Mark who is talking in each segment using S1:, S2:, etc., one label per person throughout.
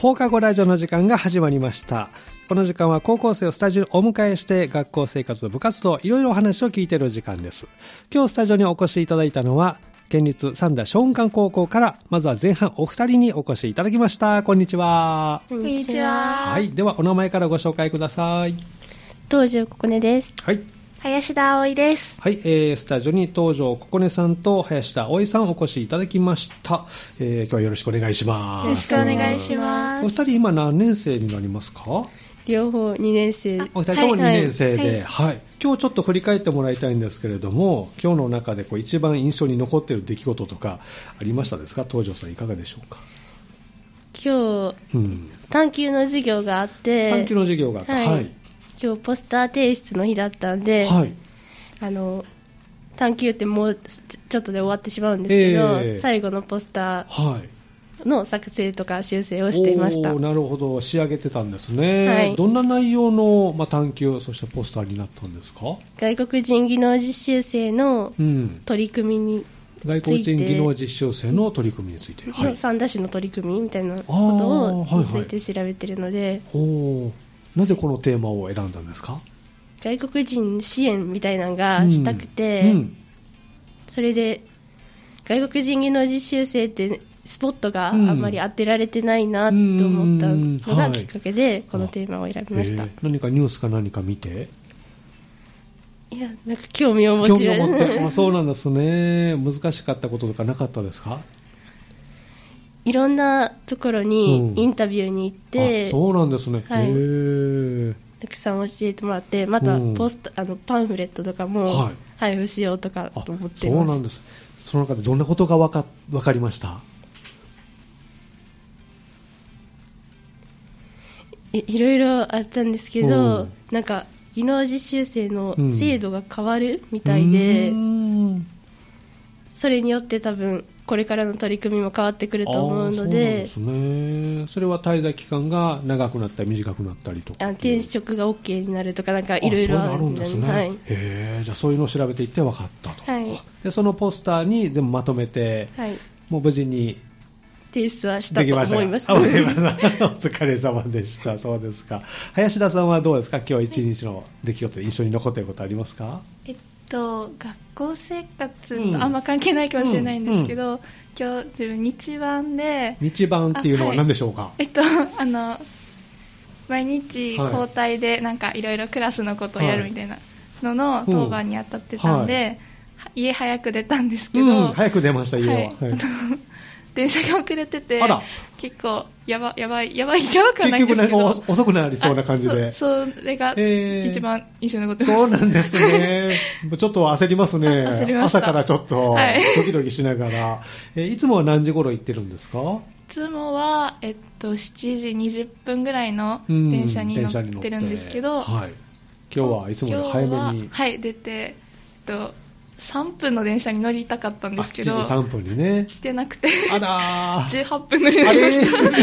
S1: 放課後ラジオの時間が始まりました。この時間は高校生をスタジオにお迎えして、学校生活、部活動、いろいろお話を聞いている時間です。今日スタジオにお越しいただいたのは、県立三田小雲館高校から、まずは前半お二人にお越しいただきました。こんにちは。
S2: こんにちは。
S1: はい。では、お名前からご紹介ください。
S2: 東条ここねです。
S1: はい。
S2: 林田葵です。
S1: はい、えースタジオに東条ここねさんと林田葵さんお越しいただきました。えー今日はよろしくお願いします。
S2: よろしくお願いしま
S1: お
S2: す。
S1: 二人今何年生になりますか
S2: 両方2年生
S1: お二人とも2年生
S2: はいは
S1: で、はい
S2: い
S1: 今日ちょっと振り返ってもらいたいんですけれども、今日の中でこう一番印象に残っている出来事とかありましたですか東条さんいかがでしょうか、
S2: 今日、
S1: うん、
S2: 探究の授業があって、
S1: 探究の授業があった。
S2: はい
S1: はい。
S2: 今日ポスター提出の日だったんで、
S1: はい。
S2: あの、探究ってもうちょっとで終わってしまうんですけど、
S1: ええ
S2: 最後のポスタ
S1: はい。
S2: ーの作成とか修正をしていました。
S1: おーなるほど仕上げてたんですね、
S2: はい
S1: どんな内容の、まあ、探求そしてポスターになったんですか、
S2: 外国人技能実習生の
S1: うん、
S2: 取り組みに、
S1: 外国人技能実習生の取り組みについてはい
S2: 三田市の取り組みみたいなこと
S1: あーはいはい
S2: をについて調べてるので、
S1: おーなぜこのテーマを選んだんですか
S2: 外国人支援みたいなのがしたくて、
S1: うんうん
S2: それで外国人技能実習生ってスポットがあんまり当てられてないなと思ったの
S1: う
S2: が
S1: ん
S2: きっかけでこのテーマを選びました、
S1: えー何かニュースか何か見て
S2: いやなんか興味を持
S1: 興
S2: ち
S1: 味を持ってあ
S2: る
S1: そうなんですね難しかったこととかなかったですか
S2: いろんなところにインタビューに行っ
S1: あ
S2: て、
S1: そうなんですね、
S2: はい
S1: へー
S2: たくさん教えてもらってまた
S1: うん
S2: ポスト、あのパンフレットとか
S1: は
S2: も
S1: い
S2: 配布しようとかと思ってい
S1: あそう
S2: ます、
S1: なんですその中でどんなことがわかわかりました
S2: いいろいろあったんですけ
S1: う
S2: ど、
S1: ん
S2: なんか技能実習生の
S1: うん
S2: 制度が変わるみたいで、
S1: うーん
S2: それによって多分これからの取り組みも変わってくると思うので
S1: あーそうなんですね。それは滞在期間が長くなったり短くなったりとか。
S2: あ転職が OK になるとかなんかいろいろ
S1: あそういうのあるんですね。
S2: はい
S1: へーじゃあそういうのを調べていって分かったと。
S2: はい
S1: でそのポスターに全部まとめて、
S2: はい、
S1: もう無事に
S2: 提出はした
S1: でき
S2: と
S1: ました
S2: 思
S1: か。
S2: います
S1: あわかりました。お疲れ様でした。 そうですか。林田さんはどうですか。今日一日の出来事で印象に残っていることありますか。
S3: えっと、学校生
S1: う
S3: 活
S1: ん
S3: とあんま関係ないかもしれないんですけ
S1: う
S3: ど、今日自分日版で、
S1: 日版っていうのは何でしょうか。
S3: えっと、 あの毎日
S1: はい
S3: 交代でなんかいろいろクラスのことをやるみたいなのの
S1: い
S3: 当番に当たってたん
S1: うん
S3: で、は家早く出たんですけど、
S1: うん、早く出ました、家は。
S3: はい
S1: はい
S3: 電車が遅れてて
S1: あら
S3: 結構やばやばいやばいやばくはないん
S1: 結
S3: で
S1: 局
S3: す
S1: ね
S3: けど
S1: お遅くなりそうな感じで
S3: あ。そうそれが
S1: えー
S3: 一番印象に残ってます、
S1: そうなんですね。ちょっと焦りますね。
S3: あ焦りました
S1: 朝からちょっと
S3: はい、
S1: ドキドキしながら。え、いつもは何時頃行ってるんですか
S3: いつもは、えっと、7時20分ぐらいの
S1: うん
S3: 電車に乗
S1: 電
S3: ってるんですけど、
S1: はい。今日はいつもより早め
S3: 今
S1: に
S3: 日は。はい、出て、えっと、3分の電車に乗りたかったん
S1: あ、
S3: ですけど、
S1: 7時3分にね。
S3: 来てなくて、
S1: あらー。
S3: 18分乗りに
S1: あ
S3: なり
S1: れ
S3: ました。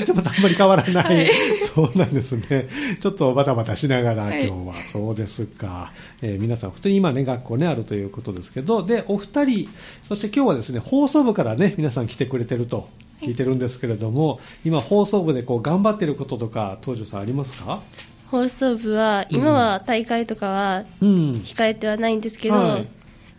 S1: いつもとあんまり変わらない、
S3: はい
S1: そうなんですね。ちょっとバタバタしながら、
S3: は
S1: 今
S3: い
S1: 日は。そうですか。えー皆さん、普通に今ね、学校ね、あるということですけど、で、お二人、そして今日はですね、放送部からね、皆さん来てくれてると聞いてるんですけれども、今、放送部でこう、頑張ってることとか、東條さんありますか
S2: 放送部は今は大会とかは
S1: うん。
S2: 控えてはないんですけど、
S1: はい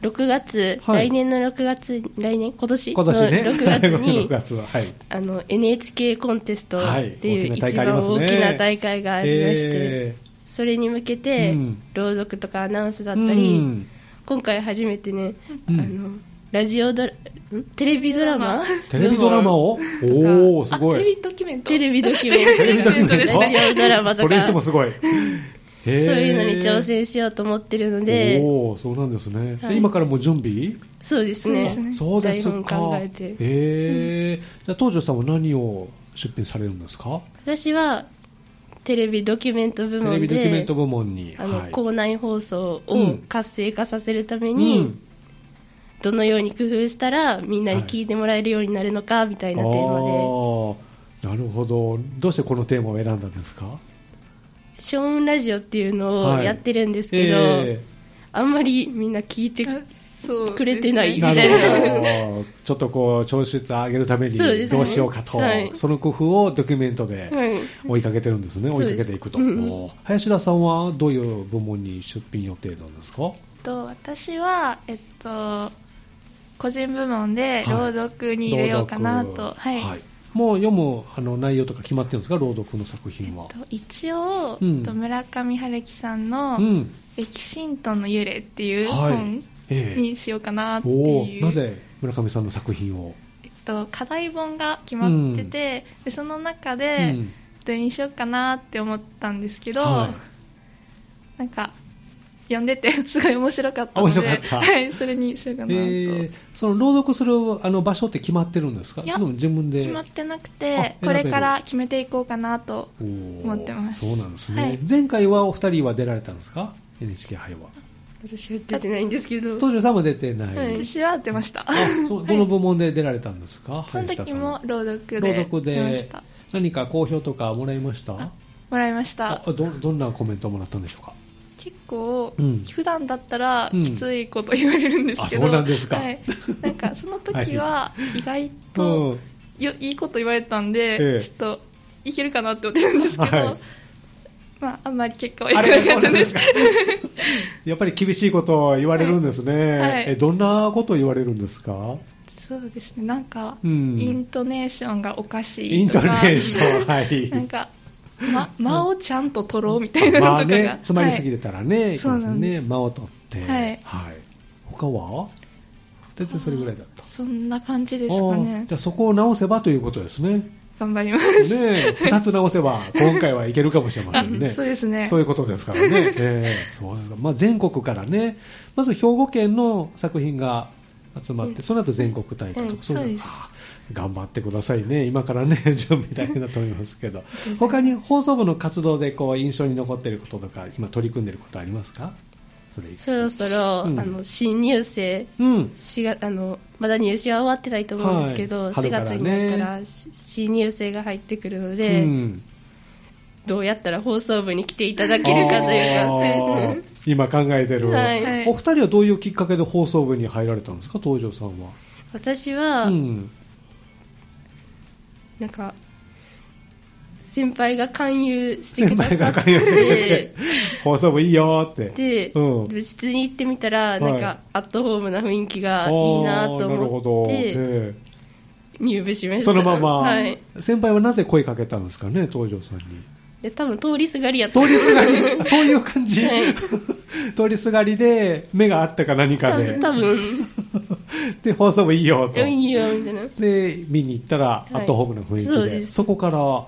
S2: 6月、
S1: はい
S2: 来年の6月来年今年
S1: 今年 ね、
S2: の6月
S1: 6
S2: に
S1: 月は。はい。
S2: あの NHK コンテストっていう
S1: はい大きな大
S2: 一
S1: 会あり
S2: 番
S1: ますね
S2: 大きな大会がありまして、
S1: え
S2: それに向けて、
S1: うん
S2: 朗読とかアナウンス
S1: ー
S2: だったり、
S1: うん
S2: 今回初めてね、
S1: うん
S2: あのラジオドラんテレビドラマ
S1: テレビドラマをおー、すごい。
S3: あテレビドキュメント。
S2: テレビドキュメント
S1: テレビドキュメント
S2: ラジオドラマと
S1: それ
S2: か
S1: にしてもすごい。へ
S2: そう
S1: ー
S2: いうのに挑戦しようと思ってるので
S1: おお、そうなんですね。じゃあ
S2: はい
S1: 今からもう準備、
S2: そうですね
S3: そうですね
S1: そうですか。
S2: 台本考えて
S1: へえ、じゃあ東條さんは何を出品されるんですか
S2: 私はテレビドキュメント
S1: テ
S2: 部
S1: レ
S2: 門
S1: ビドキュメ
S2: で
S1: ント部門に。
S2: あの、
S1: はい
S2: 校内放送
S1: う
S2: を
S1: ん
S2: 活性化させるために、
S1: うん
S2: どのように工夫したらみんなに聞いてもらえるようになるのかみたいなテーマで、
S1: あーなるほど。どうしてこのテーマを選んだんですか
S2: ショーンラジオっていうのを
S1: はい
S2: やってるんですけど、
S1: え
S2: あんまりみんな聞いて
S3: そう
S2: くれてない
S3: で
S1: な
S3: すねみ
S1: る
S3: たいな
S1: ほど。 ちょっとこう、調子率上げるため
S2: そうで
S1: に
S2: すね
S1: どうしようかと、そ,、
S2: はい
S1: の工夫をドキュメントで
S2: はい
S1: 追いかけてるんですね、
S2: そう
S1: 追
S2: です
S1: いかけていくと、
S2: うんうん
S1: おー林田さんはどういう部門に出品予定なんですか
S3: えっと私は、えっと、個人部門で
S1: はい
S3: 朗読に入れようかなと、
S1: 朗読
S3: はい
S1: もう読むあの内容とか決まってるんですか、朗読の作
S3: えっ
S1: 品は。
S3: と、一応、
S1: うん
S3: えっと村上春樹さんの
S1: うん
S3: 「歴神トンの幽霊」っていう
S1: はい
S3: 本
S1: ええ
S3: にしようかなって
S1: お
S3: い
S1: ー
S3: う、
S1: なぜ村上さんの作品を、
S3: えっと、課題本が決まってて、でその中で、
S1: うん
S3: どれにしようかなって思ったんですけど、
S1: はい
S3: なんか読んでて すごい面白かったので
S1: 面白かった
S3: はい、それにしようかなと、
S1: えーその朗読するあの場所って決まってるんですか
S3: いや
S1: それとも自分で
S3: 決まってなく
S1: あ選
S3: て
S1: べる
S3: これから決めていこうかなと
S1: 思
S3: ってます
S1: そうなんですね、
S3: はい
S1: 前回はお二人は出られたんですか NHK 杯は
S2: 私は出てないんですけど
S1: 東條さんも出てない、
S2: はい
S3: 私は出ました
S1: あそうどの部門で出られたんですか、
S3: その
S1: 林田
S3: 時
S1: さん
S3: も朗
S1: 朗
S3: 読で
S1: 読
S3: 出まし
S1: で
S3: た
S1: 何か好評とかもらいました
S3: もらいました
S1: あどどんなコメントもらったんでしょうか
S3: 結構、
S1: うん
S3: 普段だったら
S1: うん
S3: きついこと言われるんですけど、
S1: あそうなんですか
S3: はい、なんかその時は意外と、
S1: うん
S3: よいいこと言われたんで、
S1: ええ
S3: ちょっといけるかなって思ってるんですけど、
S1: はい
S3: まあ、あんまり結果はいかなかったで
S1: あれそ
S3: す
S1: うなんですかやっぱり厳しいことを言われるんですね、
S3: はいはい
S1: えどんなことを言われるんですか、
S3: そうですねなんか、
S1: うん
S3: イントネーションがおかし
S1: イ
S3: い
S1: ン
S3: と
S1: トネ
S3: か
S1: ーション、はい。
S3: なんか、ま、間をちゃんと取ろうみたいなのとか
S1: ま
S3: が、
S1: あね、詰まりすぎ
S3: はい
S1: てたらね、
S3: そうなんです
S1: いけませね間を取って、
S3: はい
S1: 他は大体それぐらいだった。
S3: そんな感じです
S1: あ
S3: か
S1: ー
S3: ね
S1: じゃあそこを直せばということですね。ね
S3: 頑張ります、
S1: 2つ直せば、今回はいけるかもしれませんね。
S3: あそうですね
S1: そういうことです からね。えーそうですか。まあ全国からね、まず兵庫県の作品が集まって、
S2: うん
S1: その後全国大会とか、
S2: うん
S1: その
S3: そうです
S1: はあ頑張ってくださいね。今からね、 準備大変だと思いますけど
S3: う。ん
S1: 他に放送部の活動でこう印象に残っていることとか、今取り組んでいることありますかそれ以外
S2: そろそろ、
S1: うん
S2: あの新入生
S1: うん。
S2: 4月あのまだ入試は終わってないと思うんですけど、
S1: はい
S2: 4
S1: 春からね
S2: 月になったらし新入生が入ってくるので、
S1: うん
S2: どうやったら放送部に来ていただけるかというか、
S1: あー今考えてる、
S2: はい
S3: はい
S1: お二人はどういうきっかけで放送部に入られたんですか東條さんは、
S2: 私は、
S1: うん、
S2: なんか先輩が勧誘して
S1: 先
S2: くだ
S1: 輩が
S2: さって
S1: 関与してく れて放送部いいよーって
S2: で、
S1: うん
S2: 部室に行ってみたら、なん
S1: はい
S2: かアットホームな雰囲気がいいな
S1: あー
S2: と
S1: なるほ
S2: 思
S1: ど
S2: っ、て
S1: え
S2: 入部しま
S1: え
S2: した
S1: そのまま、
S2: はい、
S1: 先輩はなぜ声かけたんですかね東條さんに
S2: で多分 通りすがりやった
S1: 通りすがりあそういう感じ、
S2: はい
S1: 通りすがりで目があったか何か
S2: 多
S1: で
S2: 分多分
S1: で放送部いいよと
S2: でもいいよみたいな
S1: で見に行ったら
S2: い
S1: アットホームな雰囲気で,、
S2: そ
S1: そう
S2: です
S1: こから、
S2: はい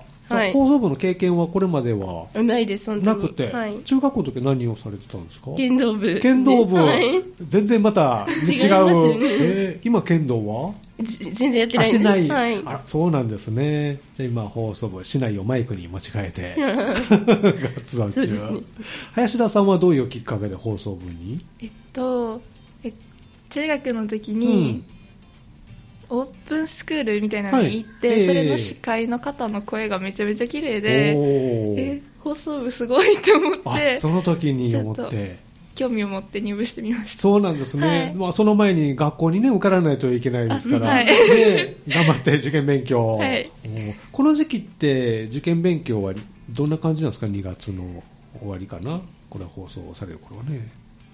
S1: 放送部の経験はこれまでは
S2: ないです、本当
S1: な
S2: に。
S1: くて、
S2: はい。
S1: 中学校の時は何をされてたんですか
S2: 剣道部。
S1: 剣道部、
S2: はい。
S1: 全然また違う
S2: 違いますね
S1: えー今剣道は
S2: じ全然やって
S1: あ
S2: ない
S1: しない、
S2: はい。
S1: あらそうなんですねじゃあ今放送部市内をマイクに持ち替え て 活動
S2: そ
S1: 中、
S2: うですね
S1: 林田さんはどういうきっかけで放送部に、
S3: えっとえ中学の時に、オープンスクールみたいなのに行って、
S1: はいええ
S3: それの司会の方の声がめちゃめちゃ綺麗
S1: お
S3: で、
S1: ー
S3: え放送部すごいと思って
S1: あその時に思っ
S3: ちょって興味を持って入部してみました
S1: そうなんですね、
S3: はい
S1: まあ、その前に学校に、ね、受からないといけないですから、
S3: あはい
S1: ね、頑張って受験勉強、
S3: はい
S1: うんこの時期って受験勉強はどんな感じなんですか、2月の終わりかな、これ放送される頃はね、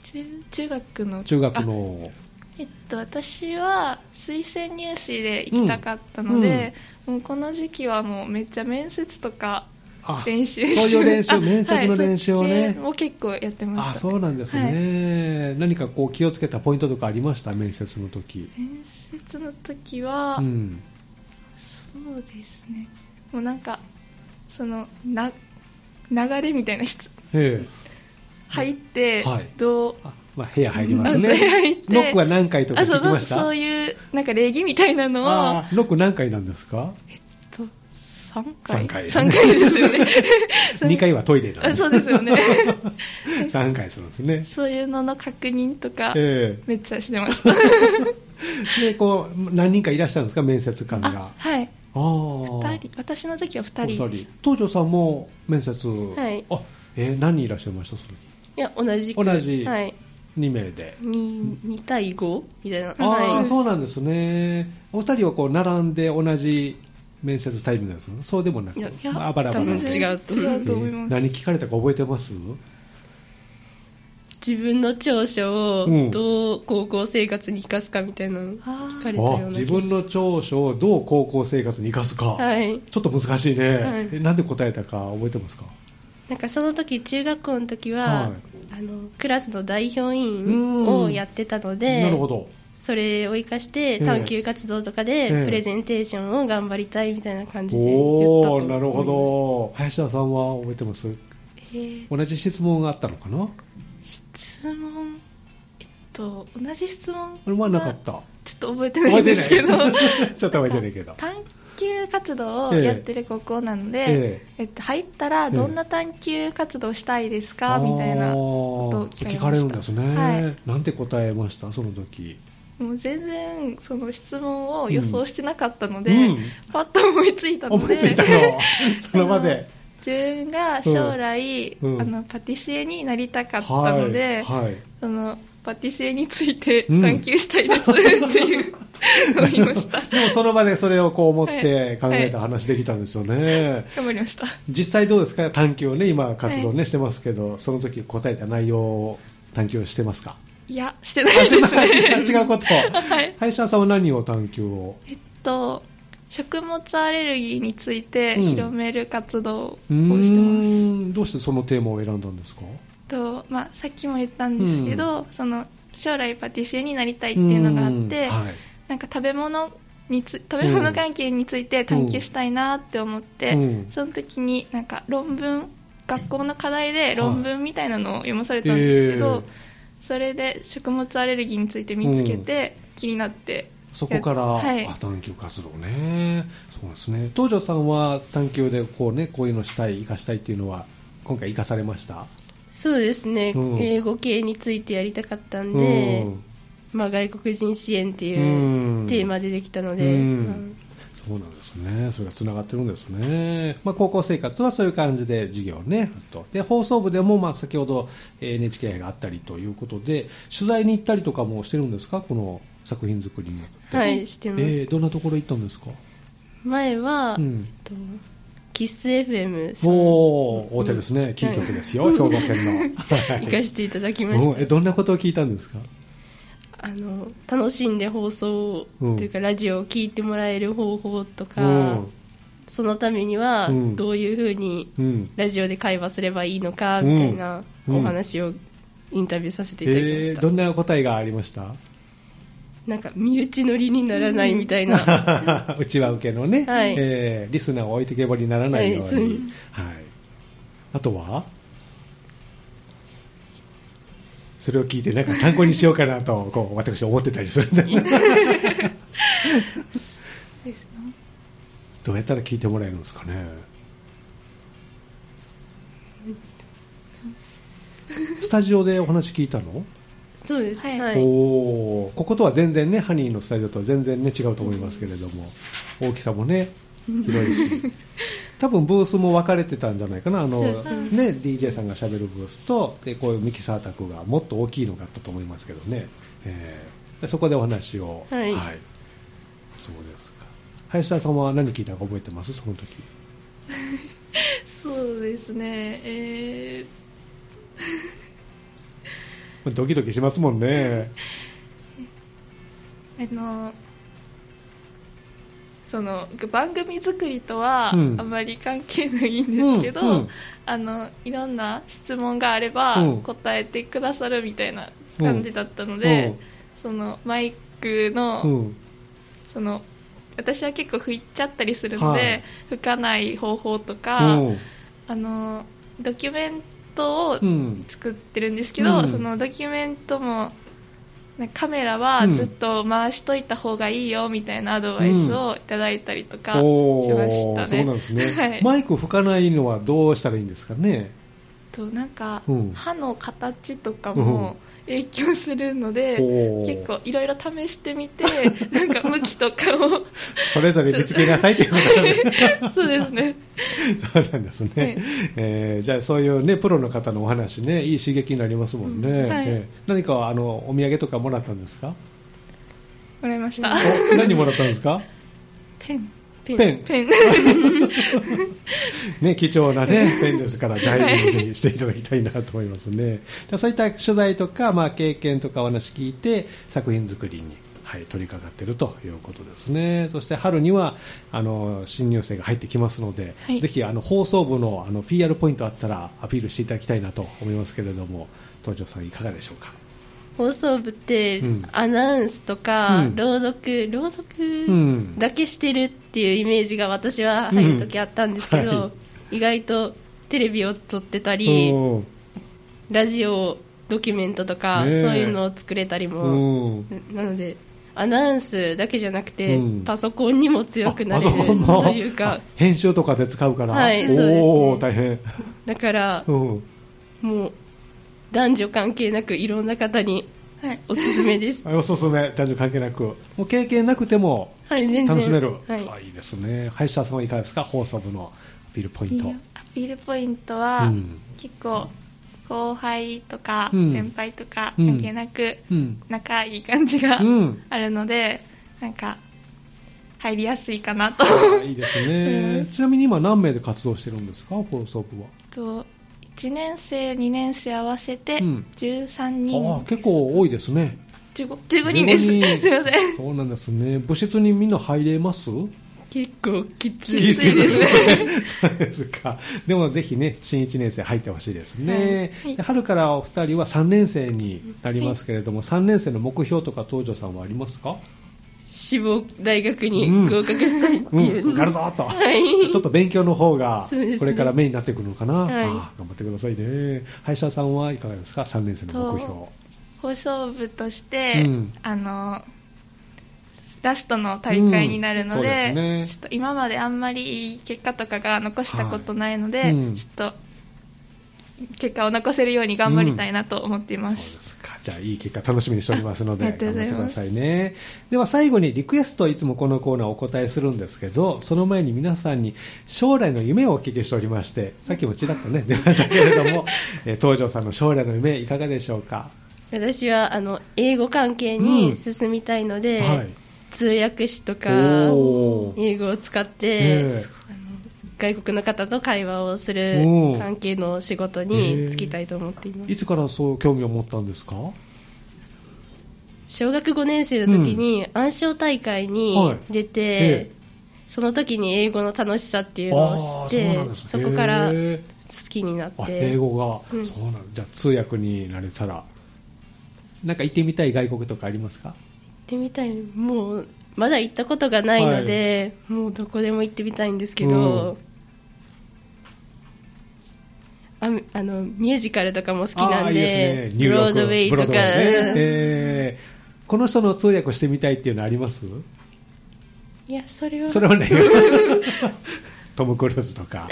S3: 中中学の
S1: 中学の、
S3: あえっと私は推薦入試で行きたかったので、もうこの時期はもうめっちゃ面接とか
S1: あ
S3: 練習して
S1: そういう練習、
S3: あ
S1: 面接の練習を
S3: はいそ
S1: ね
S3: っち。も結構やってました
S1: あそうなんです
S3: はい
S1: ね、何かこう気をつけたポイントとかありました、面接の時
S3: 面接の時は、
S1: うん、
S3: そうですねもうなんかそのな流れみたいな質
S1: ええ
S3: 入って、
S1: はい
S3: どう
S1: あまあ、部屋入りますね
S3: あ部屋入っ、て
S1: ノックは何回とか
S3: あそ
S1: 聞
S3: う
S1: き
S3: そ
S1: ま
S3: う
S1: した
S3: そういうなんか礼儀みたいなのを
S1: あーロック何回なんですか
S3: と3回
S1: 三回ですね
S3: 三回です よねそう
S1: ?2 回はトイレなんで
S3: あ
S1: す。
S3: そうです よね
S1: 3回するんですね。
S3: そういうのの確認とか、
S1: え
S3: めっちゃしてました
S1: えで、こう、何人かいらっしゃるんですか、面接官が。
S3: あ
S1: あ
S3: はい
S1: あ
S3: 二
S1: ー。
S3: 人私の時は2人
S1: お
S3: で
S1: 二
S3: し
S1: 人。東條さんも面接。
S2: はい
S1: あ、えー何人いらっしゃいました、その時
S2: いや、同じく。
S1: 同じ
S2: はい。
S1: 2名で。
S2: 2, 2対5みたいな。
S1: ああ、
S2: はい、
S1: そうなんですね。お二人はこう並んで同じ面接タイムなんですかそうでもなく、
S2: いや
S3: いや
S1: あバラバラで
S3: 多分違うと思う
S1: えー
S3: と思います、
S1: 何聞かれたか覚えてます
S2: 自分の長
S1: う
S2: 所を
S1: ん
S2: どう高校生活に生かすかみたいなの聞
S3: あー
S2: かれた
S1: あ
S2: ような気が
S1: 自分の長所をどう高校生活に生かすか、
S2: はい。
S1: ちょっと難しいね、
S2: はい
S1: えなんで答えたか覚えてますか
S2: なんかその時中学校の時
S1: は
S2: は、
S1: い
S2: あのクラスの代表委員をやってたので
S1: なるほど
S2: それを生かして
S1: ええ
S2: 探究活動とかで
S1: ええ
S2: プレゼンテーションを頑張りたいみたいな感じで言ったと
S1: お
S2: 思
S1: お
S2: います
S1: なるほど林田さんは覚えてます
S3: えー
S1: 同じ質問があったのかな
S3: 質問えっと同じ質問
S1: これはなかった
S3: ちょっと覚えてないんですけど
S1: 覚えて ないちょっと覚えてないけど
S3: 探究活動をやってる高校なので、え
S1: え
S3: っと、入ったらどんな探究活動したいですか、みたいなことを聞かれました
S1: あー聞かれるんですね、
S3: はい
S1: なんて答えましたその時
S3: もう全然その質問を予想してなかったので、
S1: うん
S3: パッと思いついたので
S1: 思いついたの その場で
S3: 自分が将来、
S1: うんうん
S3: あのパティシエになりたかったので、
S1: はいはい
S3: そのパティシエについて
S1: うん
S3: 探求したいです、っていうのを言いま した
S1: でもその場でそれをこう思って考えた
S3: はい
S1: 話できたんですよね、
S3: 頑張りました
S1: 実際どうですか探究をね今活動ね、
S3: は
S1: してますけどその時答えた内容を探究してますか
S3: いやしてないですね
S1: 違う 違うこと
S3: はい
S1: 林田さんは何を探究を
S3: えっと食物アレルギーについて
S1: うん
S3: 広める活動をして
S1: う
S3: ます、
S1: ーんどうしてそのテーマを選んだんですか
S3: とまあ、さっきも言ったんですけど、その将来パティシエになりたいっていうのがあって、
S1: うんはい
S3: なんか食べ物につ食べ物関係について探求したいなって思って、
S1: うん
S3: その時になんか論文学校の課題で論文みたいなのを読まされたん
S1: はい
S3: ですけど、
S1: へー
S3: それで食物アレルギーについて見つけて、気になって
S1: そこから、
S3: はい
S1: あ探究活動ねそうですね東條さんは探究でこうねこういうのしたい生かしたいっていうのは今回生かされました
S2: そうですね、
S1: うん
S2: 英語系についてやりたかったんで、まあ、外国人支援っていううんテーマでできたので、
S1: うん
S2: うん
S1: そうなんですね。それが繋がってるんですね。まあ、高校生活はそういう感じで授業ね。あとで、放送部でも、まあ、先ほどえー NHK 杯があったりということで、取材に行ったりとかもしてるんですかこの作品作りに。
S2: はいしてます、
S1: えーどんなところ行ったんですか
S2: 前は、
S1: うん
S2: えっとキス FM さん
S1: おー、大手ですね。キー局ですよ。兵庫県の。はい
S2: 行かせていただきました、
S1: うんえどんなことを聞いたんですか
S2: あの楽しんで放送
S1: うん
S2: というか、ラジオを聞いてもらえる方法とか、
S1: うん
S2: そのためには
S1: うん
S2: どういうふうに
S1: うん。
S2: ラジオで会話すればいいのか
S1: うん
S2: みたいな
S1: うん
S2: お話をインタビューさせていただきま
S1: え
S2: し
S1: ー
S2: た、
S1: どんな答えがありました
S2: なんか身内乗りにならないみたい な、
S1: うちわ受けのね、
S2: はい
S1: えーリスナーを置いてけぼりにならないよう
S2: はい
S1: に、はいあとはそれを聞いてなんか参考にしようかなとこう私思ってたりするんで
S3: ですね
S1: どうやったら聞いてもらえるんですかねスタジオでお話聞いたの、
S2: そうです
S3: はい
S2: はい、
S1: おーこことは全然ねハニーのスタジオとは全然ね違うと思いますけれども、大きさもね広い し多分ブースも分かれてたんじゃないかなあの、
S2: そ
S1: ね
S2: うそう、
S1: DJ さんがしゃべるブースとでこういうミキサー卓がもっと大きいのがあったと思いますけどね、えーでそこでお話を
S2: はい
S1: そうですか林田さんは何聞いたか覚えてますその時
S3: そうですねえ
S1: ドキドキしますもんね
S3: ーあのその番組作りとは
S1: う
S3: あ
S1: ん
S3: まり関係ないん ですけど、
S1: うんうん
S3: あのいろんな質問があれば
S1: うん
S3: 答えてくださるみたいな感じだったので、
S1: うん
S3: そのマイクの,、
S1: うん
S3: その私は結構拭いちゃったりするので、
S1: はい
S3: 拭かない方法とか、
S1: うん
S3: あのドキュメントを
S1: うん
S3: 作ってるんですけど、
S1: うん
S3: そのドキュメントもなんかカメラはずっと回しといた方がいいよみたいなアドバイスをいただいたりとかし
S1: おー
S3: ました
S1: そ
S3: ね。
S1: うなんですね、
S3: はい
S1: マイク吹かないのはどうしたらいいんですかね
S3: となんか、
S1: うん
S3: 歯の形とかも、影響するので
S1: ほう
S3: 結構いろいろ試してみてなんか向きとかを
S1: それぞれ見つけなさいということなんで
S3: そうですね
S1: そうなんですね、
S3: はい
S1: えーじゃあそういう、ね、プロの方のお話ねいい刺激になりますもんね、
S3: うんはい
S1: えー何かあのお土産とかもらったんですか
S3: もらいました
S1: お何もらったんですか
S3: ペン
S1: ペン
S3: ペン
S1: ね、貴重な、ね、ペンですから大事にぜひしていただきたいなと思いますねでそういった取材とか、まあ、経験とかお話聞いて作品作りに、はい、取り掛かっているということですねそして春にはあの新入生が入ってきますので、
S3: はい
S1: ぜひあの放送部のあの PR ポイントあったらアピールしていただきたいなと思いますけれども東條さんいかがでしょうか
S2: 放送部って
S1: うん
S2: アナウンスとか、
S1: うん
S2: 朗読朗
S1: うん
S2: 読だけしてるっていうイメージが私は入る時あったんですけど、
S1: うんは
S2: 意外とテレビを撮ってたり
S1: うん
S2: ラジオドキュメントとか、
S1: ねえ
S2: そういうのを作れたり
S1: う
S2: も、
S1: ん
S2: ななのでアナウンスだけじゃなくて、
S1: うん
S2: パソコンにも強くな
S1: あ
S2: れ
S1: パ
S2: る
S1: ソコンの
S2: という
S1: あ
S2: か
S1: 編集とかで使うから、
S2: はいそうですね
S1: おお大変、
S2: だから、
S1: うん、。
S2: もう男女関係なくいろんな方に
S3: はい
S2: おすすめです
S1: おすすめ男女関係なくもう経験なくても
S2: はい、全然
S1: 楽しめる、
S2: はい
S1: あいいですね林田さんはいかがですか放送部のアピールポイント
S3: アピールポイントは、
S1: うん
S3: 結構後輩とか
S1: うん
S3: 先輩とか
S1: うん
S3: 関係なく
S1: うん
S3: 仲いい感じが
S1: うん
S3: あるので、なんか入りやすいかな と
S1: あいいですね、
S3: うん
S1: ちなみに今何名で活動してるんですか放送部は
S3: と1年生2年生合わせて
S1: うん
S3: 13
S1: ああ
S3: 人、
S1: 結構多いですね
S3: 15, 15人ですすいません
S1: そうなんですね部室にみんな入れます
S2: 結構きつ
S3: き
S2: い。
S3: ついです
S1: ね。そうですか。でもぜひね、新1年生入ってほしいですね。
S3: はい
S1: で春からお二人は3年生になりますけれども、3年生の目標とか東條さんはありますか
S2: 志望大学に合格したいって
S1: う
S2: い
S1: ん、
S2: う。
S1: 受かる ぞと、
S2: い
S1: ちょっと勉強の方が
S2: そうですね
S1: これから目になってくるのかな、
S2: はい
S1: ああ頑張ってくださいね林田さんはいかがですか3年生の目標
S3: と放送部として、
S1: うん
S3: あのラストの大会になるの
S1: う
S3: で,、
S1: んそうです
S3: ちょ
S1: ね
S3: っと今まであんまりいい結果とかが残したことないので、
S1: はいうん
S3: ちょっと結果を残せるように頑張りたいなと思ってい
S1: そう
S3: ま。
S1: ですすかじゃあいい結果楽しみにしておりますので
S3: あありがと
S1: 頑
S3: うご
S1: 張って
S3: ざいます
S1: くださいねでは最後にリクエストをいつもこのコーナーお答えするんですけどその前に皆さんに将来の夢をお聞きしておりま してさっきもちらっとね出ましたけれどもえー東條さんの将来の夢いかがでしょうか、
S2: 私は、あの、英語関係に進みたいので、
S1: はい
S2: 通訳士とか、
S1: おー
S2: 英語を使って、
S1: え
S2: あの外国の方と会話をする
S1: おー
S2: 関係の仕事に就きたいと思っていま
S1: えい
S2: す。
S1: つからそう興味を持ったんですか
S2: 小学5年生の時に暗唱大会に出て、
S1: はいええ
S2: その時に英語の楽しさっていうのを知っ
S1: あー
S2: て
S1: そうなんですね
S2: こから
S1: へ
S2: 好
S1: え
S2: きになって
S1: あ英語が、
S2: うん
S1: そうなんじゃあ通訳になれたらなんか行ってみたい外国とかありますか
S2: 行ってみたいもうまだ行ったことがないので、もうどこでも行ってみたいんですけど、ああのミュージカルとかも好き
S1: あー
S2: なん
S1: いい
S2: です
S1: ね、ニューヨ
S2: ブ
S1: ー
S2: ロー
S1: ク
S2: ドウェイとか、
S1: ブロードウェイねえーこの人の通訳してみたいっていうのあります
S2: いやそれは
S1: それは ねトム・クルーズとか、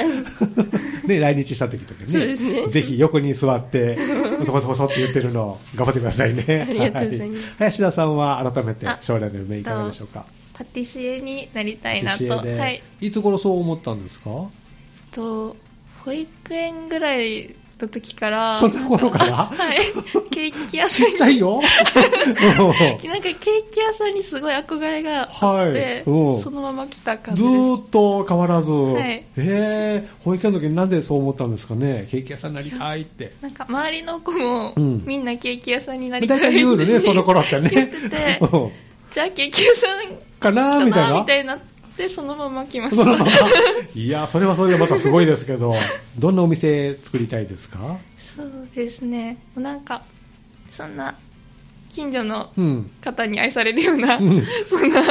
S1: ね、来日した時とか
S2: そう
S1: ね
S2: ですね
S1: ぜひ横に座ってそこそこそって言ってるの頑張ってくださいね
S2: ありがとうございます
S1: は林田さんは改めて
S3: あ
S1: 将来の夢いかがでしょうか
S3: パティシエになりたいな
S1: パテ
S3: と、
S1: ィシエで
S3: はい、
S1: いつ頃そう思ったんですか
S3: と保育園ぐらいの時から
S1: そんな頃から
S3: あはいケーキ屋さ
S1: ち
S3: ん
S1: っちゃい よ うん
S3: なんかケーキ屋さんにすごい憧れがあって、
S1: はいうん
S3: そのまま来た感じ
S1: ず
S3: です
S1: ーっと変わらず、
S3: はい
S1: へー保育園の時になんでそう思ったんですかね、ケーキ屋さんになりたいって。
S3: なんか周りの子も、
S1: うん
S3: みんなケーキ屋さんにな
S1: 大
S3: りたい
S1: 体言うの ね、その頃ってね。
S3: 言ってて
S1: うん
S3: じゃあケーキ屋さん
S1: かなーみたい
S3: かな
S1: な
S3: み。たいになってそのまま来ま
S1: そ
S3: し
S1: のま
S3: た
S1: ま。 いや、それはそれでまたすごいですけど、どんなお店作りたいですか
S3: そうですねもうなんかそんな近所の
S1: うん。
S3: 方に愛されるような、
S1: うん
S3: そんな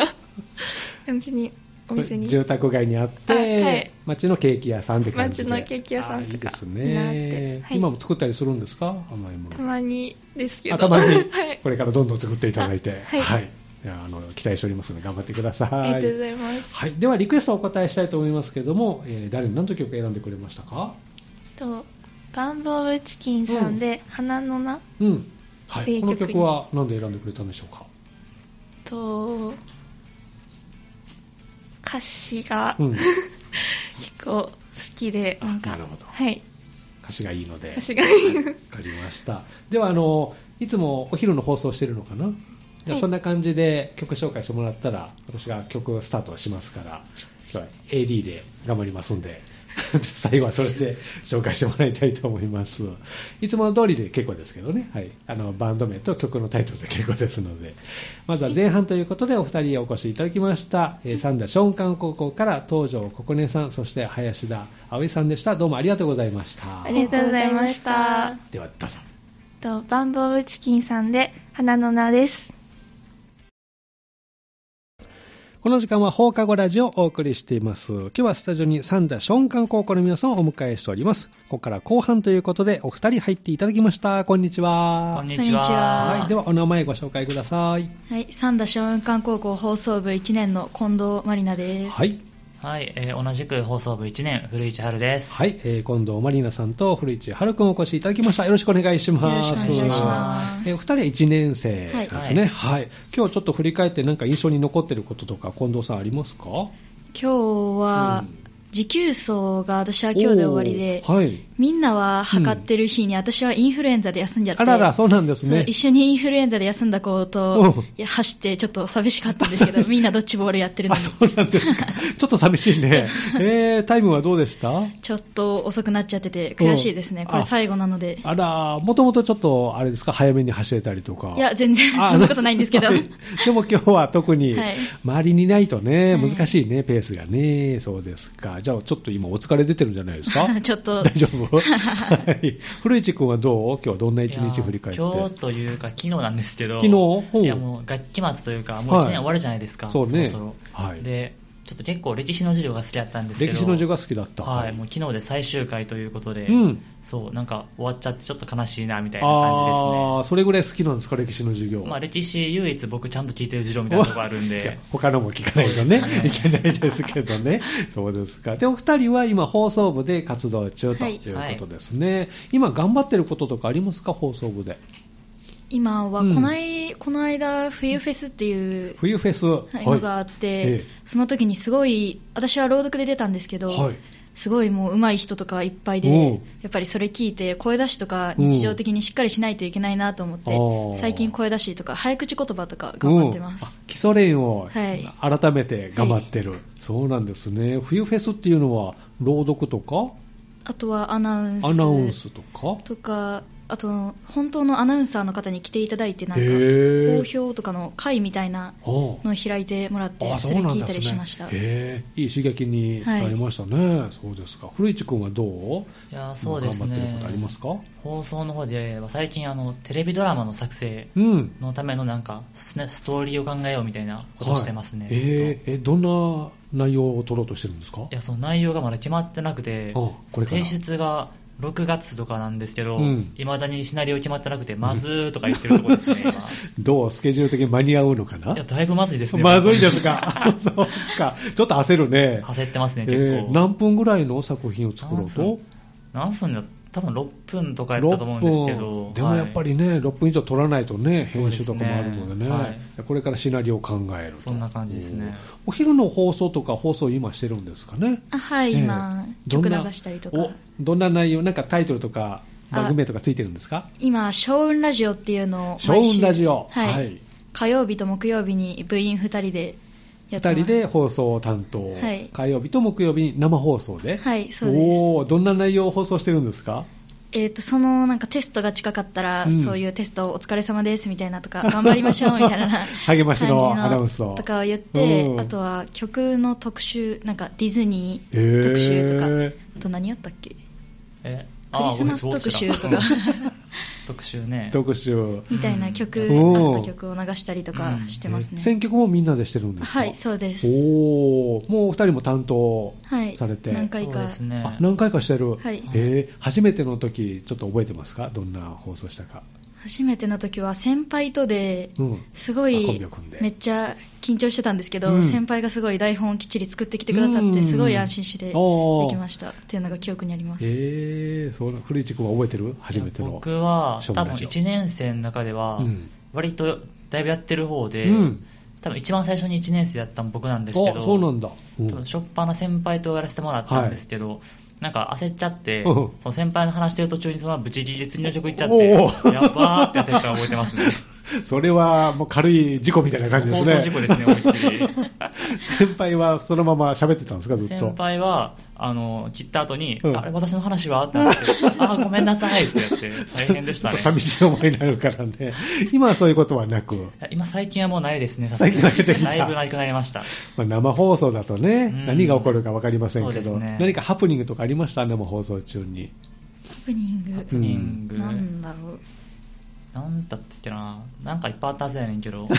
S3: 感じにお店に
S1: 住宅街にあっ
S3: あはい
S1: て、街のケーキ屋さんって感じで。
S3: 街のケーキ屋さんとか
S1: あいいです
S3: いいなって
S1: ね。
S3: はい
S1: 今も作ったりするんですか甘いもの。
S3: たまにですけど
S1: あたまに
S3: はい
S1: これからどんどん作っていただいて、
S3: あはい
S1: いやあの期待しておりますので頑張ってください。
S3: ありがとうございます
S1: はい、ではリクエストをお答えしたいと思いますけれども、えー誰に何と曲を選んでくれましたか？
S3: とガンボーブチキンさんで、花の名
S1: うん、はいい、
S3: い
S1: この
S3: 曲に
S1: 曲は何で選んでくれたんでしょうか、
S3: と歌詞が
S1: うん、
S3: 結構好きで、なんか
S1: なるほど
S3: はい
S1: 歌詞がいいので
S3: 歌 詞がいい
S1: わかりましたではあのいつもお昼の放送してるのかなじゃあ
S3: はい
S1: そんな感じで曲紹介してもらったら私が曲スタートしますから今日は AD で頑張りますんで 最後はそれで紹介してもらいたいと思いますいつもの通りで結構ですけどね、はい、あのバンド名と曲のタイトルで結構ですのでまずは前半ということでお二人へお越しいただきました、えー、三田松漢高校から東条心音さんそして林田葵さんでしたどうもありがとうございました
S2: ありがとうございました
S1: ではどうぞ
S3: とバンボーブチキンさんで花の名です
S1: この時間は放課後ラジオをお送りしています。今日はスタジオに三田松漢高校の皆さんをお迎えしております。ここから後半ということでお二人入っていただきました。こんにちは。
S4: こんにちは。
S5: こんにちは
S1: はい、ではお名前ご紹介ください。
S5: はい、三田松雲館高校放送部1年の近藤まりなです。
S1: はい、
S4: はい、えー同じく放送部1年、古市春です。
S1: はい、えー、近藤まりなさんと古市春くんお越しいただきました。よろしくお願いします。
S5: よろしくお願いしま
S1: えー、
S5: す
S1: お二人は1年生なんですね。
S4: はい
S1: はい、今日ちょっと振り返ってなんか印象に残ってることとか近藤さんありますか？
S5: 今日は
S1: うん
S5: 持久走が私は今日で終わりで、
S1: おーはい。
S5: みんなは測ってる日に私はインフルエンザで休んじゃって、
S1: あらら、そうなんです
S5: そう
S1: ね。
S5: 一緒にインフルエンザで休んだ子と
S1: うん
S5: いや走ってちょっと寂しかったんで すけど、みんなドッジボールやってるの
S1: あ、
S5: に、
S1: そうなんです か。ちょっと寂しいね。えー、タイムはどうでした
S5: ちょっと遅くなっちゃってて悔しいです
S1: うん
S5: ね。これ最後なので。
S1: あら、もともとちょっと、あれですか、早めに走れたりとか。
S5: いや、全然
S1: あ
S5: そんなことないんですけど。
S1: は
S5: はい
S1: い。でも今日は特に
S5: はい、
S1: 周りにいないとね、
S5: はい
S1: 難しいね、ペースがね。そうですか。じゃあ、ちょっと今お疲れ出てるんじゃないですか
S5: ちょっと
S1: 大丈 夫はい。古市君はどう今日はどんない一
S4: やー
S1: 日振り返って。
S4: 今日というか、昨日なんですけど、
S1: 昨日ほう
S4: いやもう学期末というか、もう1
S1: はい
S4: 年終わるじゃないですか、
S1: そうね
S4: そろそろ。
S1: はい
S4: で、ちょっと結構歴史の授業が好きだったんですけど、
S1: 歴史の授業が好きだった。
S4: はい、もう昨日で最終回ということで、
S1: うん
S4: そう、なんか終わっちゃってちょっと悲しいなみたいな感じです
S1: あー、それぐらい好きなんですか、歴史の授業。
S4: ね。まあ歴史唯一僕ちゃんと聞いてる授業みたいなとこある
S1: い
S4: ん
S1: や
S4: で、
S1: 他のも聞かないとね
S4: そうで
S1: い
S4: す
S1: け
S4: ね
S1: ないですけどね、そうですか、でお二人は今、放送部で活動中ということですね、今、頑張ってることとかありますか、放送部で、
S5: 今は
S1: うん
S5: こない、この間冬フェスっていう
S1: 冬フェス、
S5: はい、
S1: はい
S5: のがあって、
S1: ええ
S5: その時にすごい私は朗読で出たんですけど、
S1: はい
S5: すごいもう上手い人とかいっぱいで
S1: おう
S5: やっぱりそれ聞いて声出しとか日常的にしっかりしないといけないなと思っ
S1: あー
S5: て最近声出しとか早口言葉とか頑張ってます
S1: うん、あ基礎練を
S5: はい
S1: 改めて頑張ってる、そうなんですね、冬フェスっていうのは、朗読とか、
S5: あとはアナウンス
S1: アナウンスとか、
S5: とかあと本当のアナウンサーの方に来ていただいてなん
S1: へ
S5: か
S1: ー
S5: 好評とかの会みたいな
S1: ああ
S5: のを開いてもらって
S1: あ
S5: それ聞いたりしまし
S1: そ
S5: た、
S1: うなんですね、へえいい刺激になりましたね、そうですか古市君はどう
S4: いやーそうです
S1: 頑張ってる
S4: ね
S1: ことありますか
S4: 放送の方で最近あの、テレビドラマの作成
S1: うん
S4: のためのなんかスねストーリーを考えようみたいなことをしてますね、
S1: はい
S4: ずっと
S1: えーえどんな内容を取ろうとしてるんですか
S4: いやその内容がまだ決まってなくて
S1: おうこれから
S4: 提出が6月とかなんですけど
S1: うん
S4: いま、未だにシナリオ決まってなくてまずーとか言ってるとこですね今
S1: どうスケジュール的に間に合うのかない
S4: やだいぶまずいです ね
S1: まずいです かそうかちょっと焦るね
S4: 焦ってますね
S1: え
S4: 結
S1: ー
S4: 構、
S1: 何分ぐらいの作品を作ろうと
S4: 何分だ多分6分とかやったと思うんですけ
S1: 6
S4: ど
S1: 分でもやっぱりね、6分以上取らないとね編集とかもあるの
S4: そ
S1: でね
S4: うですねはい
S1: これからシナリオを考えると
S4: そんな感じですね
S1: おお昼の放送とか放送今してるんですかね
S5: あはい、
S1: ええ
S5: 今
S1: どん
S5: 曲
S1: な
S5: 流したりとか
S1: おどんな内容なんかタイトルとか番組名とかついてるんですか
S5: 今、小雲ラジオっていうのを
S1: ショ
S5: 毎週
S1: ーンラジオ、
S5: はい。火曜日と木曜日に部員2人でやって
S1: 2
S5: ます。
S1: 人で放送を担当、
S5: はい
S1: 火曜日と木曜日に生放送で、
S5: はいそうです
S1: おーどんな内容を放送してるんですか
S5: えっ、と、そのなんかテストが近かったら、
S1: うん
S5: そういうテストお疲れ様ですみたいなとか、頑張りましょうみた いな
S1: 励ましの
S5: 感じ
S1: アナウンスを
S5: とかを言って、
S1: うん
S5: あとは曲の特集、なんかディズニ
S1: へー
S5: ー特集とか、あと何やったっけク
S4: え
S5: リスマス特集とか
S4: 特集ね
S1: 特集
S5: みたいな曲、
S1: うん
S5: あった曲を流したりとかしてますね。
S1: 選曲もみんなでしてるんですか
S5: はい、そうです。
S1: おーもうお二人も担当
S5: はい
S1: されて、
S5: 何回
S4: そうですね
S1: あ何回かしてる、
S5: はい
S1: へー初めての時ちょっと覚えてますかどんな放送したか
S5: 初めての時は先輩とで
S1: うん
S5: す
S1: あ
S5: ご
S1: コンビ
S5: い
S1: を組んで
S5: めっちゃ緊張してたんですけど、
S1: うん
S5: 先輩がすごい台本をきっちり作ってきてくださっ
S1: うん
S5: てすごい安心してで
S1: おー
S5: きましたっていうのが記憶にあります、
S1: えー、そうな古市君は覚えてる初めての。
S4: 僕は
S1: しょうも
S4: 多
S1: ない
S4: 分
S1: でしょ
S4: 1年生の中では
S1: うん
S4: 割とだいぶやってる方で、
S1: うん
S4: 多分一番最初に1年生やったの僕なんですけど
S1: あそうなんだ。うん
S4: 多分しょっぱな先輩とやらせてもらったんですけど、なんか焦っちゃって、
S1: うん
S4: その先輩の話してる途中にそのままブチギリで次の職行っちゃっ
S1: お
S4: て、
S1: ー
S4: やっばーってやってたの覚えてますね。
S1: それはもう軽い事故みたいな感じで
S4: 放
S1: す
S4: 送
S1: ね。
S4: 事故ですね、思いっきり。
S1: 先輩はそのまま喋ってたんですか、ずっと。
S4: 先輩は、あの、切った後に、
S1: うん
S4: あれ、私の話はってなって、あー、ごめんなさいってやって、大変でし たね。
S1: 寂しい思いになるからね。今はそういうことはなく。
S4: 今最近はもうないですね、さすが
S1: 最
S4: に
S1: 近は出てきた
S4: だいぶなくなりました。
S1: まあ、生放送だとね、
S4: うん
S1: 何が起こるか分かりませんけ
S4: そう
S1: ど、
S4: ですね
S1: 何かハプニングとかありました生放送中 に。
S5: ハプニン
S1: う
S5: グ、
S1: ん
S4: リング。
S5: なんだろう
S4: なんだったっけな。なんかいっぱいあったはずやねんけど、いっ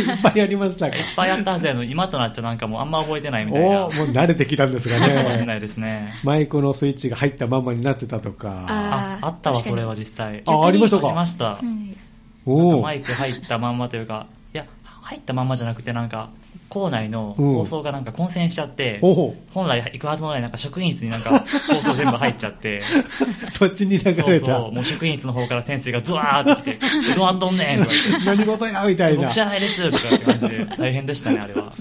S1: いっぱいありましたか。
S4: ぱいあったはずやのに、今となっちゃなんかもうあんま覚えてないみたいな。
S1: おーもう慣れてきたんですが
S4: かもしれな
S1: ね。
S4: いですね。
S1: マイクのスイッチが入ったまんまになってたとか。
S4: あ
S5: あー
S4: あったわ、
S5: 確か
S4: そ
S5: に
S4: れは実際。
S1: あありましたか
S4: ありました。
S5: うん
S1: おー
S4: マイク入ったまんまというか、いや、入ったまんまじゃなくて、なんか、校内の
S1: うん
S4: 放送がなんか混戦しちゃって、
S1: おお
S4: 本来行くはずのない、なんか職員室になんか放送全部入っちゃって、
S1: そっちに流れた。
S4: そうそう、もう職員室の方から先生がズワーって来て、 どうなっとんねんとか言っ
S1: 何事やみた
S4: て、
S1: いな
S4: 僕。じゃないですとかって感じで、大変でしたね、あれは。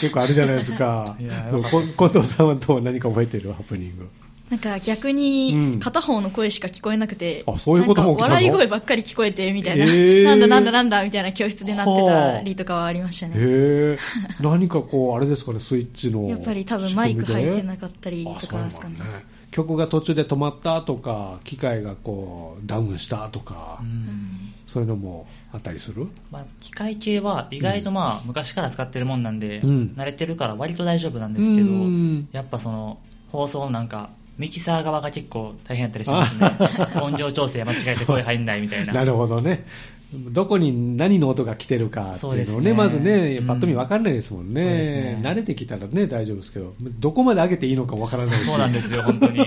S1: 結構あるじゃないですか。
S4: いや
S1: でもこ近藤さんはどう何か覚えてるハプニング。
S5: なんか逆
S1: う
S5: に
S1: ん
S5: 片方の声しか聞こえなくて、
S1: あそういうことも起きたの
S5: なんか笑い声ばっかり聞こえてみたいな、
S1: えー
S5: なんだなんだなんだみたいな教室でなってたりとかはありましたね。
S1: へえ。何かこう、あれですかね、スイッチの。
S5: やっぱり多分マイク入ってな
S1: っ
S5: かったりとかですかね。
S1: 曲が途中で止まったとか、機械がこう、ダウンしたとか
S4: う、ん
S1: そういうのもあったりする
S4: まあ、機械系は意外とまあ昔から使ってるもんなんで、
S1: うん
S4: 慣れてるから割と大丈夫なんですけど、
S1: うん
S4: やっぱその放送のなんかミキサー側が結構大変だったりしま すね音量調整間違えて声入んないみたいな
S1: なるほどね。どこに何の音が来てるかって
S4: そう
S1: い
S4: で
S1: うの
S4: す
S1: をね、
S4: ね
S1: まずね
S4: う、ん
S1: パッと見分かんないですもんね。
S4: そうですね
S1: 慣れてきたらね、大丈夫ですけど、どこまで上げていいのか分からないし。
S4: そうなんですよ本当に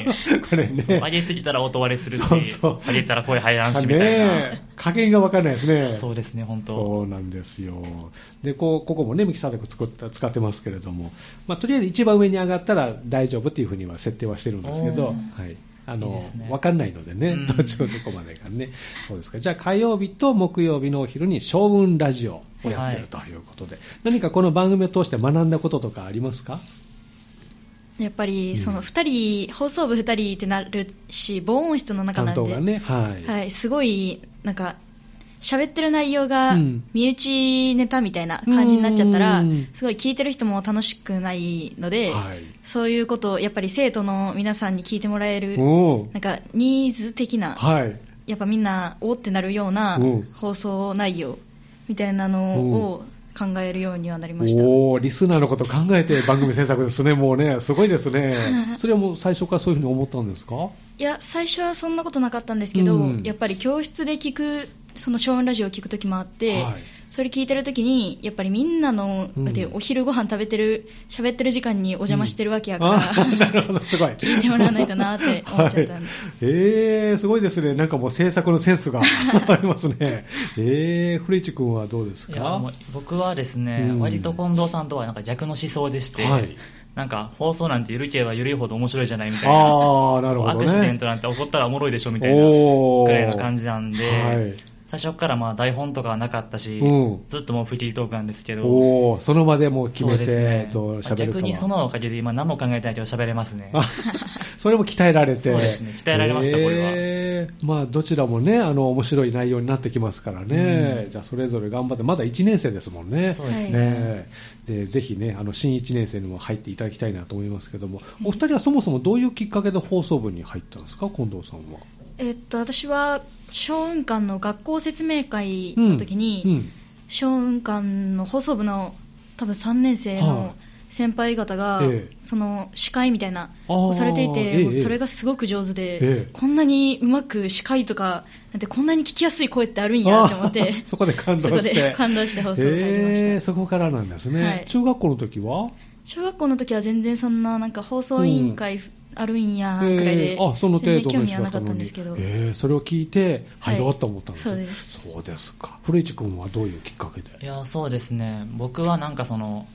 S1: これ ね。
S4: 上げすぎたら音割れするし
S1: そうそう
S4: 下げたら声入らんしみたいな、
S1: ねえ加減が分からないですね。
S4: そうですね本当
S1: そうなんですよ。で、こう、ここもね、ミキサーでこう作った、使ってますけれども、まあ、とりあえず一番上に上がったら大丈夫っていうふうには設定はしてるんですけど、
S4: お
S1: はい。あの、
S4: いいですね
S1: 分かんないので
S4: う
S1: ね、
S4: ん
S1: 途中どこまでがね。そうですか。じゃあ、火曜日と木曜日のお昼に、将軍ラジオをやってるということで、何かこの番組を通して学んだこととかありますか
S5: やっぱ
S1: うん
S5: りその2人、放送部2人ってなるし、防音室の中な
S1: 担
S5: ん
S1: 当
S5: で、
S1: がね。はい。
S5: はい、すごいなんか喋ってる内容が
S1: うん
S5: 身内ネタみたいな感じになっちゃったら、
S1: うん
S5: すごい聞いてる人も楽しくないので、
S1: はい
S5: そういうことをやっぱり生徒の皆さんに聞いてもらえる、
S1: おー
S5: なんかニーズ的な、
S1: はい。
S5: やっぱみんなおーってなるような
S1: うん
S5: 放送内容みたいなのを考えるようにはなりました。
S1: おーリスナーのこと考えて番組制作ですね、もうね、すごいです ね、それはもう最初からそういうふうに思ったんですか
S5: いや最初はそんなことなかったんですけど、
S1: うん
S5: やっぱり教室で聞くその小音ラジオを聞く時もあって、
S1: はい
S5: それ聞いてる時にやっぱりみんなの、
S1: うん
S5: だってお昼ご飯食べてる喋ってる時間にお邪魔してるわけやから、
S1: あーなるほど、すごい。
S5: 聞いてもらわないとなって思っちゃったんで、
S1: えー、すごいですね、なんかもう制作のセン スがありますね、えー、古市君はどうです
S4: いや
S1: か
S4: もう僕はですね、
S1: うん
S4: 割と近藤さんとはなんか逆の思想でして、
S1: はい
S4: なんか放送なんて緩ければ緩いほど面白いじゃないみたいな
S1: あー、なるほどね。
S4: アクシデントなんて起こったらおもろいでしょみたい
S1: お
S4: な
S1: ー
S4: くらいの感じなんで、
S1: はい
S4: 最初からまあ台本とかはなかったし、
S1: うん
S4: ずっともうフリートークなんですけど、
S1: おーその場でもう決
S4: そ
S1: め
S4: う
S1: て、
S4: ですね
S1: えっと、喋るか
S4: 逆
S1: は
S4: にそのおかげで今何も考えてないけど喋 れますね。
S1: あそれも鍛えられて、
S4: そうですね鍛えられましたこれは
S1: えーまあ、どちらもね、あの面白い内容になってきますからね、じゃあ、それぞれ頑張って、まだ1年生ですもんね、
S4: そうです
S5: はい
S4: ね。
S1: ねでぜひね、あの新1年生にも入っていただきたいなと思いますけども、お二人はそもそもどういうきっかけで放送部に入ったんですか、近藤さんは。
S5: えっと私は小雲館の学校説明会の時に、
S1: うん
S5: 小雲館の放送部の多分3年生
S1: はい
S5: の先輩方が、
S1: ええ
S5: その司会みたいな
S1: あー
S5: をされてい
S1: ええ
S5: て、もうそれがすごく上手で、
S1: ええ
S5: こんなにうまく司会とかなんてこんなに聞きやすい声ってあるんやって思っ
S1: あ
S5: て
S1: ーそこで感動して
S5: そこで感動して放送入りました、
S1: えーそこからなんですね、
S5: はい
S1: 中学校の時は
S5: 小学校の時は全然そんななんか放送委員会あるんやくらいで、
S1: えーあその程
S5: 全然
S1: 度
S5: 興
S1: の
S5: 味
S1: 人だ
S5: はな
S1: っ
S5: か
S1: た
S5: った
S1: の
S5: ん
S1: に
S5: ですけど、
S1: えーそれを聞いて
S5: はい
S1: 入ろうと思ったんですね
S5: そうです
S1: そうですか古市君はどういうきっかけで
S4: いやそうですね僕はなんかその、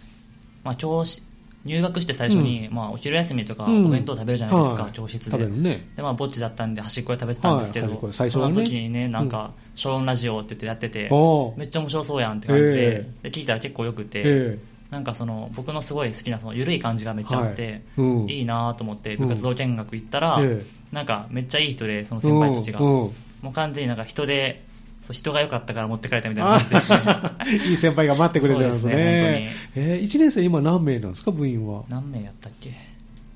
S4: まあ、教師入学して最初に、まあ、お昼休みとか
S1: うん
S4: お弁当食べるじゃないですか、
S1: はい
S4: 教室で
S1: 食べるね
S4: でまあ、ぼっちだったんで端っこで食べてたんですけど、
S1: はい端っこで最初
S4: そ
S1: は
S4: の
S1: ね
S4: 時にねなんか「小音ラジオ」って言ってやってて、
S1: おー
S4: めっちゃ面白そうやんって感じで,、
S1: え
S4: で聞いたら結構よくて、
S1: え
S4: なんかその僕のすごい好きなその緩い感じがめっちゃあって、
S1: はい
S4: い
S1: うん
S4: いなと思って部活動見学行ったら、
S1: ええ
S4: なんかめっちゃいい人でその先輩たちが、
S1: うん
S4: も
S1: うん
S4: う完全になんか人でそう人が良かったから持ってかれたみたいな感じです ね
S1: いい先輩が待ってくれてるんですね。
S4: そう
S1: えー、1年生今何名なんですか、部員は。
S4: 何名やったっけ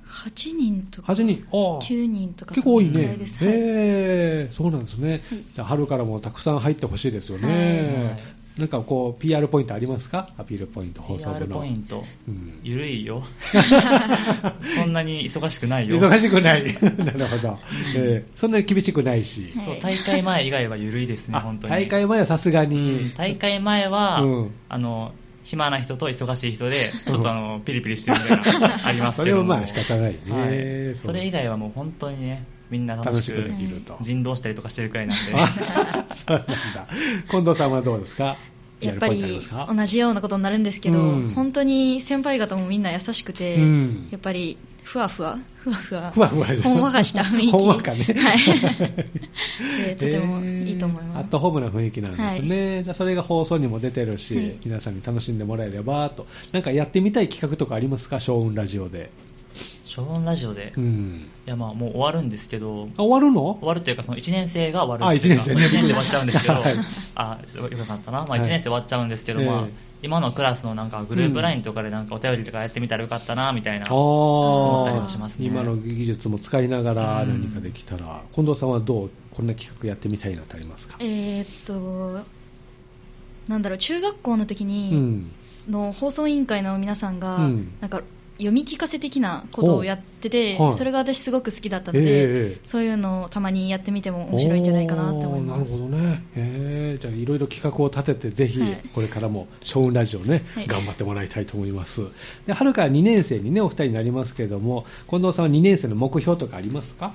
S5: 8人とか
S1: 8人。ああ
S5: 9人とか
S1: 結構多い
S5: そのぐ
S1: ね
S5: ら。ですはい
S1: えー、そうなんですね。じゃあ春からもたくさん入ってほしいですよ
S4: はいは
S1: ね
S4: い。
S1: なんかこう、PR ポイントありますかアピールポイント、放送
S4: PR
S1: 部の。
S4: ポイント
S1: うん
S4: 緩い よそんなに忙しくないよ
S1: 忙しくない。 なるほど、えー。そんなに厳しくないし。
S4: そう大会前以外は緩いですね
S1: あ
S4: 本当に
S1: 大会前はさすが
S4: うん
S1: に。
S4: 大会前は、
S1: うん
S4: あの暇な人と忙しい人でちょっとあのピリピリしてるみたいな のありますけ
S1: それは
S4: ども
S1: まあ仕方ないね
S4: はい、
S1: そう
S4: それ以外はもう本当にねみんな楽し
S1: 楽し
S4: く
S1: くできると
S4: 人狼したりとかしてるくらいなんで、
S1: あそうなんだ。近藤さんはどうですか
S5: やっ
S1: PR
S5: ぱ
S1: ポイントあり
S5: り
S1: ますか
S5: 同じようなことになるんですけど、
S1: うん
S5: 本当に先輩方もみんな優しくて、
S1: うん
S5: やっぱりふわふわ、ふわふわ、
S1: ふわふわじゃん
S5: ほんわかした雰囲気、
S1: ほんわかね
S5: はい、でとてもいいと思い
S1: えーア
S5: ま
S1: ッ
S5: す。
S1: トホームな雰囲気なんですね、じゃあそれが放送にも出てるし、
S5: はい
S1: 皆さんに楽しんでもらえればとなんかやってみたい企画とかありますか小運ラジオで、
S4: 小音ラジオで、
S1: う
S4: い
S1: ん、
S4: やまあもう終わるんですけど
S1: あ終わるの
S4: 終わるというか、その1年生が終わるっていうか、
S1: あ一年生ね
S4: 一で終わっちゃうんですけど、
S1: はい
S4: あちょっとよかったな、ま
S1: は
S4: あ、
S1: い
S4: 1年生終わっちゃうんですけど、
S1: ええ
S4: まあ、今のクラスのなんかグループラインとかでなんかお便りとかやってみたらよかったなみたいな、
S1: あ
S4: 思ったり
S1: ー
S4: もしますね。
S1: 今の技術も使いながら
S4: うん
S1: 何かできたら、近藤さんはどうこんな企画やってみたいなってありますか、
S5: えーっと、なんだろう、中学校の時
S1: う
S5: に、
S1: ん、
S5: の放送委員会の皆さんが、
S1: うん
S5: なんか読み聞かせ的なことをやってて、
S1: ほうはい
S5: それが私すごく好きだったの
S1: え
S5: で、
S1: えええ
S5: そういうのをたまにやってみても面白いんじゃないかなと思います。
S1: おーなるほどね。えーじゃあいろいろ企画を立てて、ぜひ
S5: はい
S1: これからも小運ラジオね、
S5: はい
S1: 頑張ってもらいたいと思います。で、春から2年生にね、お二人になりますけれども、近藤さんは2年生の目標とかありますか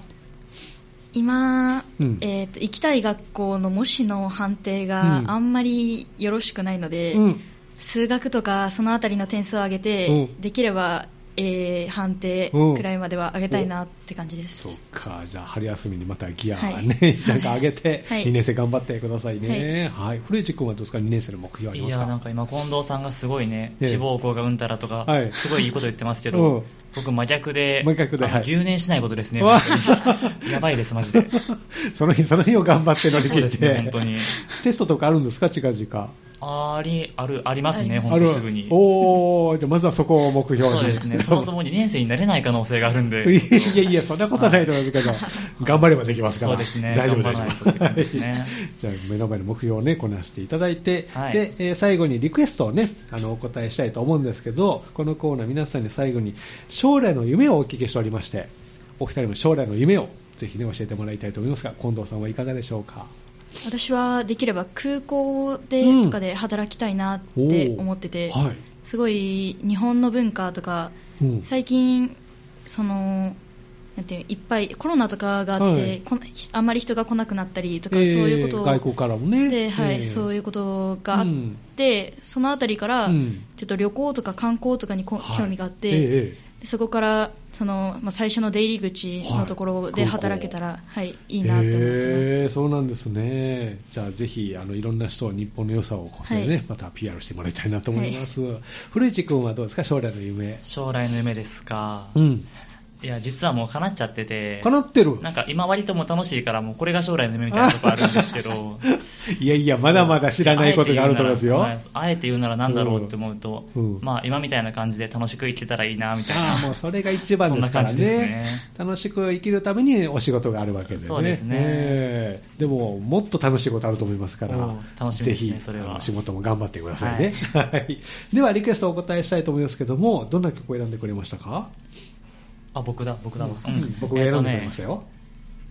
S5: 今、
S1: うん
S5: えーと行きたい学校の模試の判定
S1: う
S5: が
S1: ん
S5: あんまりよろしくないので、
S1: うん。
S5: 数学とかそのあたりの点数を上げて、
S1: うん
S5: できれば、えー判定くらいまでは上げたいなって感じで
S1: そっ
S5: す。
S1: か、じゃあ春休みにまたギア
S5: はい
S1: ね、なんか上げて、
S5: はい
S1: 2年生頑張ってくださいね。はい。古市君はどうですか ?2 年生の目標あり
S4: い
S1: ます
S4: や
S1: か
S4: なんか今、近藤さんがすごいね、
S1: ええ
S4: 志望校がうんたらとか
S1: はい、
S4: すごいいいこと言ってますけ
S1: うん
S4: ど、僕、真逆で、
S1: 真逆で
S4: あの
S1: はい
S4: 留年しないことですね、
S1: わ
S4: 本当にやばいです、マジで。
S1: その日その日を頑張って乗り
S4: そう
S1: 切
S4: で
S1: っ
S4: す
S1: て、
S4: ね、本当に。
S1: テストとかあるんですか近々。
S4: あり、ある、ありますね、
S5: あり
S4: 本当すぐに。
S1: おー、じゃあまずはそこを目標に。
S4: そうですね、そもそも2年生になれない可能性があるんで。
S1: いやいや、そんなことはないと思いますけど、頑張ればできますから、
S4: そうですね
S1: 大丈夫
S4: 頑張らないとって感じですね
S1: はい じゃあ、目の前の目標をね、こなしていただいて、
S4: はい
S1: でえー最後にリクエストをね、あのお答えしたいと思うんですけど、このコーナー、皆さんに最後に将来の夢をお聞きしておりまして、お二人の将来の夢をぜひね、教えてもらいたいと思いますが、近藤さんはいかがでしょうか。
S5: 私はできれば空港
S1: うん
S5: でとかで働きたいなって思ってて、
S1: おーはい
S5: すごい日本の文化とか
S1: うん
S5: 最近そのなんていういっぱいコロナとかがあって、
S1: はい
S5: こんあんまり人が来なくなったりとか、
S1: えー
S5: そういうことを
S1: 外交からもね
S5: で、はい
S1: えー
S5: そういうことがあって、そのあたりから、
S1: うん
S5: ちょっと旅行とか観光とかにこ、
S1: はい
S5: 興味があって、
S1: ええええ
S5: でそこからその、まあ、最初の出入り口のところで
S1: はい
S5: 働けたら、はいいいなと思ってます、
S1: へーそうなんですね。じゃあぜひあのいろんな人を日本の良さをこそね、
S5: はい
S1: また PR してもらいたいなと思います。古市君はどうですか将来の夢。
S4: 将来の夢ですか。
S1: うん。
S4: いや、実はもう叶っちゃってて。
S1: 叶ってる。
S4: なんか今割とも楽しいから、もうこれが将来の夢みたいなとこあるんですけど。
S1: いやい やまだまだ知らないことがあると思いますよ。
S4: あえて言うならはいあえて言うならなんだろうって思うと、
S1: うんうん
S4: まあ今みたいな感じで楽しく生きてたらいいな、みたいな。
S1: ああもうそれが一番ですから
S4: そ
S1: ね
S4: んな感じですね
S1: 楽しく生きるためにお仕事があるわけでね
S4: そうですね
S1: ええでももっと楽しいことあると思いますから
S4: おう楽しみですね
S1: ぜひ
S4: それは
S1: あの仕事も頑張ってくださいね、はい、ではリクエストお答えしたいと思いますけどもどんな曲を選んでくれましたか
S4: あ、僕だ、僕だ、僕
S1: うん僕が選んでくれましたよ、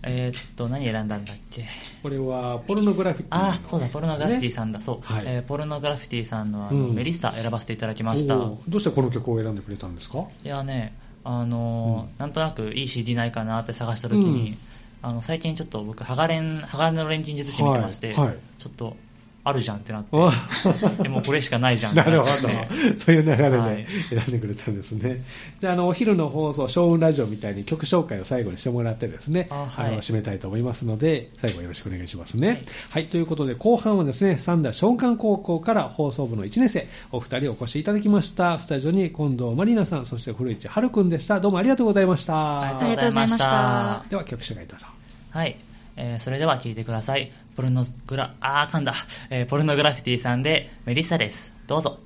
S4: えっとねえーっと、何選んだんだっけ
S1: これはポルノグラフィティ
S4: あそうだ、ポルノグラフィティさんだ、そう、
S1: はい
S4: えーポルノグラフィティさんのあ
S1: う
S4: の
S1: ん
S4: メリッサ選ばせていただきました。
S1: おーどうしてこの曲を選んでくれたんですか
S4: いやね、あのーなんとなくいい CD ないかなって探した時
S1: う
S4: に、
S1: ん
S4: あの最近ちょっと僕、ハガレン、ハガレンの錬金術師見てまして、
S1: はいはい
S4: ちょっと、あるじゃんってなって、
S1: あ
S4: でもこれしかないじゃんって
S1: なる
S4: っ
S1: ほ
S4: ち
S1: ど
S4: ゃって、
S1: そういう流れ
S4: はい
S1: で選んでくれたんですね、じゃああのお昼の放送、小雲ラジオみたいに曲紹介を最後にしてもらって、ですね
S4: あは
S1: あ
S4: い
S1: の締めたいと思いますので、最後よろしくお願いしますね。はい、ということで、後半はですね三田松漢高校から放送部の1年生、お二人お越しいただきました、スタジオに近藤まりなさん、そして古市春くんでした、どうもありがとうございました。
S4: あ
S5: りがとうございました
S1: では、曲紹介どうぞ。
S4: はい、えーそれでは聴いてください。ポルノグラ、あー、かんだ、えーポルノグラフィティさんでメリッサです。どうぞ。